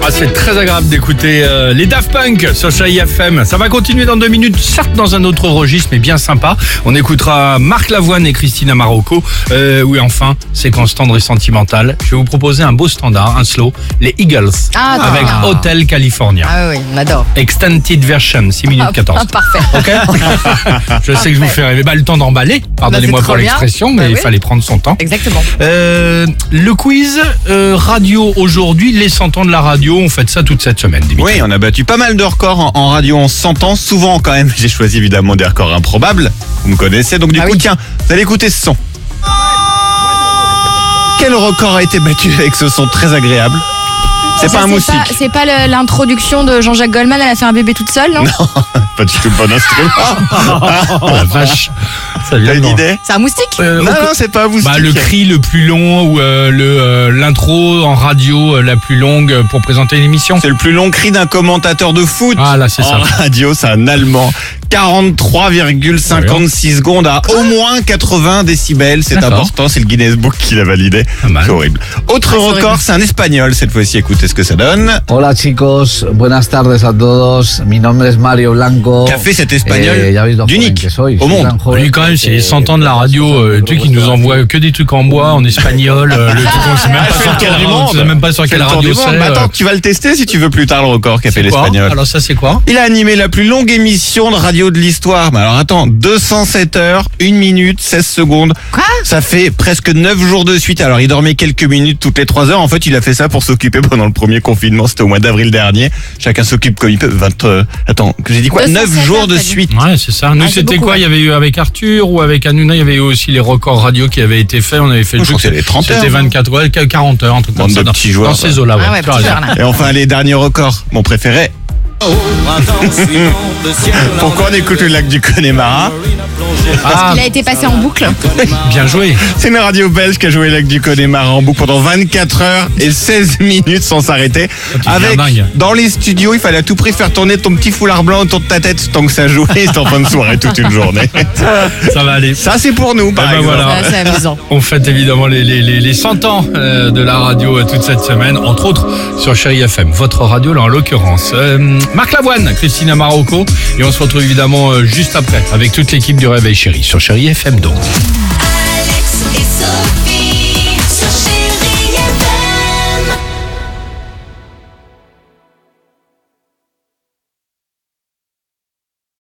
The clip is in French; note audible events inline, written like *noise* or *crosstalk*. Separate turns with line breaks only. Ah, C'est très agréable d'écouter euh, les Daft Punk sur Chai FM. Ça va continuer dans deux minutes, certes dans un autre registre, mais bien sympa. On écoutera Marc Lavoine et Christina Marocco. Euh, oui, enfin, séquence tendre et sentimentale. Je vais vous proposer un beau standard, un slow, les Eagles,
Ah, très
avec
bien.
Hotel California.
Ah oui, on adore.
Extended version, 6 minutes
Ah,
14.
ah, parfait.
Ok Je sais que je vous fais rêver. Bah, le temps d'emballer, pardonnez-moi
Bah, c'est
pour
trop bien.
l'expression, mais
Bah
il
oui.
fallait prendre son temps.
Exactement.
Euh, le quiz euh, radio aujourd'hui, les 100 ans de la radio, on fait ça toute cette semaine, Dimitri.
Oui, on a battu pas mal de records en, en radio en 100 ans, souvent quand même. *laughs* J'ai choisi évidemment des records improbables, vous me connaissez, donc du
Ah
coup,
oui.
tiens, vous allez écouter ce son. Quel record a été battu avec ce son très agréable C'est
Ça,
pas un moustique,
C'est pas le- l'introduction de Jean-Jacques Goldman, elle a fait un bébé toute seule, non,
pas du tout le bon instrument.
Oh la vache *laughs* Ça vient
T'as
de
une
loin.
idée
C'est un moustique
Euh,
Non,
au-
non, c'est pas un moustique.
bah, le cri le plus long ou euh, le euh, l'intro en radio euh, la plus longue euh, pour présenter une émission.
C'est le plus long cri d'un commentateur de foot.
Ah là c'est
en
ça.
radio, c'est un Allemand. 43,56 secondes à au moins 80 décibels. C'est
Ah D'accord.
important, c'est le Guinness Book qui l'a validé.
Pas mal. Ah,
C'est horrible. Autre
Ouais, c'est
record,
horrible.
c'est un espagnol cette fois-ci. Écoutez ce que ça donne.
Hola chicos, buenas tardes a todos. Mi nombre es Mario Blanco.
Qu'a fait cet espagnol
Eh, ya veis lo joven
d'unique
que soy. Eh,
au
Soy
monde
tan joven
Lui quand même c'est les
que-
100 ans de la radio, euh, tu sais qui nous envoie que des trucs en bois,
*laughs*
en espagnol, euh, le truc on sait même
Ah,
pas
fais
sur
le tour
quelle
du
radio- on
monde.
sait même pas sur
Fais
quelle
le tour
radio
du monde.
c'est.
Mais
euh,
attends, tu vas le tester si tu veux plus tard le record qu'a fait
quoi
l'espagnol.
Alors ça c'est quoi
Il a animé la plus longue émission de radio de l'histoire. Mais alors attends, 207 heures, 1 minute, 16 secondes.
Quoi
Ça fait presque 9 jours de suite. Alors il dormait quelques minutes toutes les 3 heures. En fait, il a fait ça pour s'occuper pendant le premier confinement. C'était au mois d'avril dernier. Chacun s'occupe comme il peut. 20, euh, attends, que j'ai dit quoi 9
207
jours
heures,
de
t'as dit.
suite.
Ouais, c'est ça. Nous,
Ah, c'est
c'était
beaucoup,
quoi
ouais.
Il y avait eu avec Arthur ou avec Hanouna, il y avait eu aussi les records radio qui avaient été faits. On avait fait le
Je crois
truc.
que c'est les 30
C'était
heures, non
24, ouais, 40 heures, un truc comme
Bande
ça.
de
dans-
petits joueurs,
Dans
ouais.
ces eaux-là, ouais.
Ah ouais,
tu as
petit
raison.
joueur, là.
Et enfin, les derniers records. Mon préféré. Pourquoi on écoute le lac du Connemara
Ah,
Il a été passé en boucle.
bien joué.
C'est une radio belge qui a joué Lac du Connemara en boucle pendant 24 heures et 16 *laughs* minutes sans s'arrêter.
Oh, tu deviens
Avec,
dingue.
dans les studios, il fallait à tout prix faire tourner ton petit foulard blanc autour de ta tête tant que ça jouait. *laughs* C'était en fin de soirée toute
*laughs*
une journée.
Ça va aller.
Ça, c'est pour nous, par
Eh ben
exemple.
voilà.
Ah, c'est amusant.
On fête évidemment les, les, les, les 100 ans euh, de la radio euh, toute cette semaine, entre autres sur Chéri FM, votre radio là en l'occurrence. Euh, Marc Lavoine, Christina Marocco, et on se retrouve évidemment euh, juste après avec toute l'équipe du Réveil Chéri sur Chéri FM donc.
Alex et Sophie.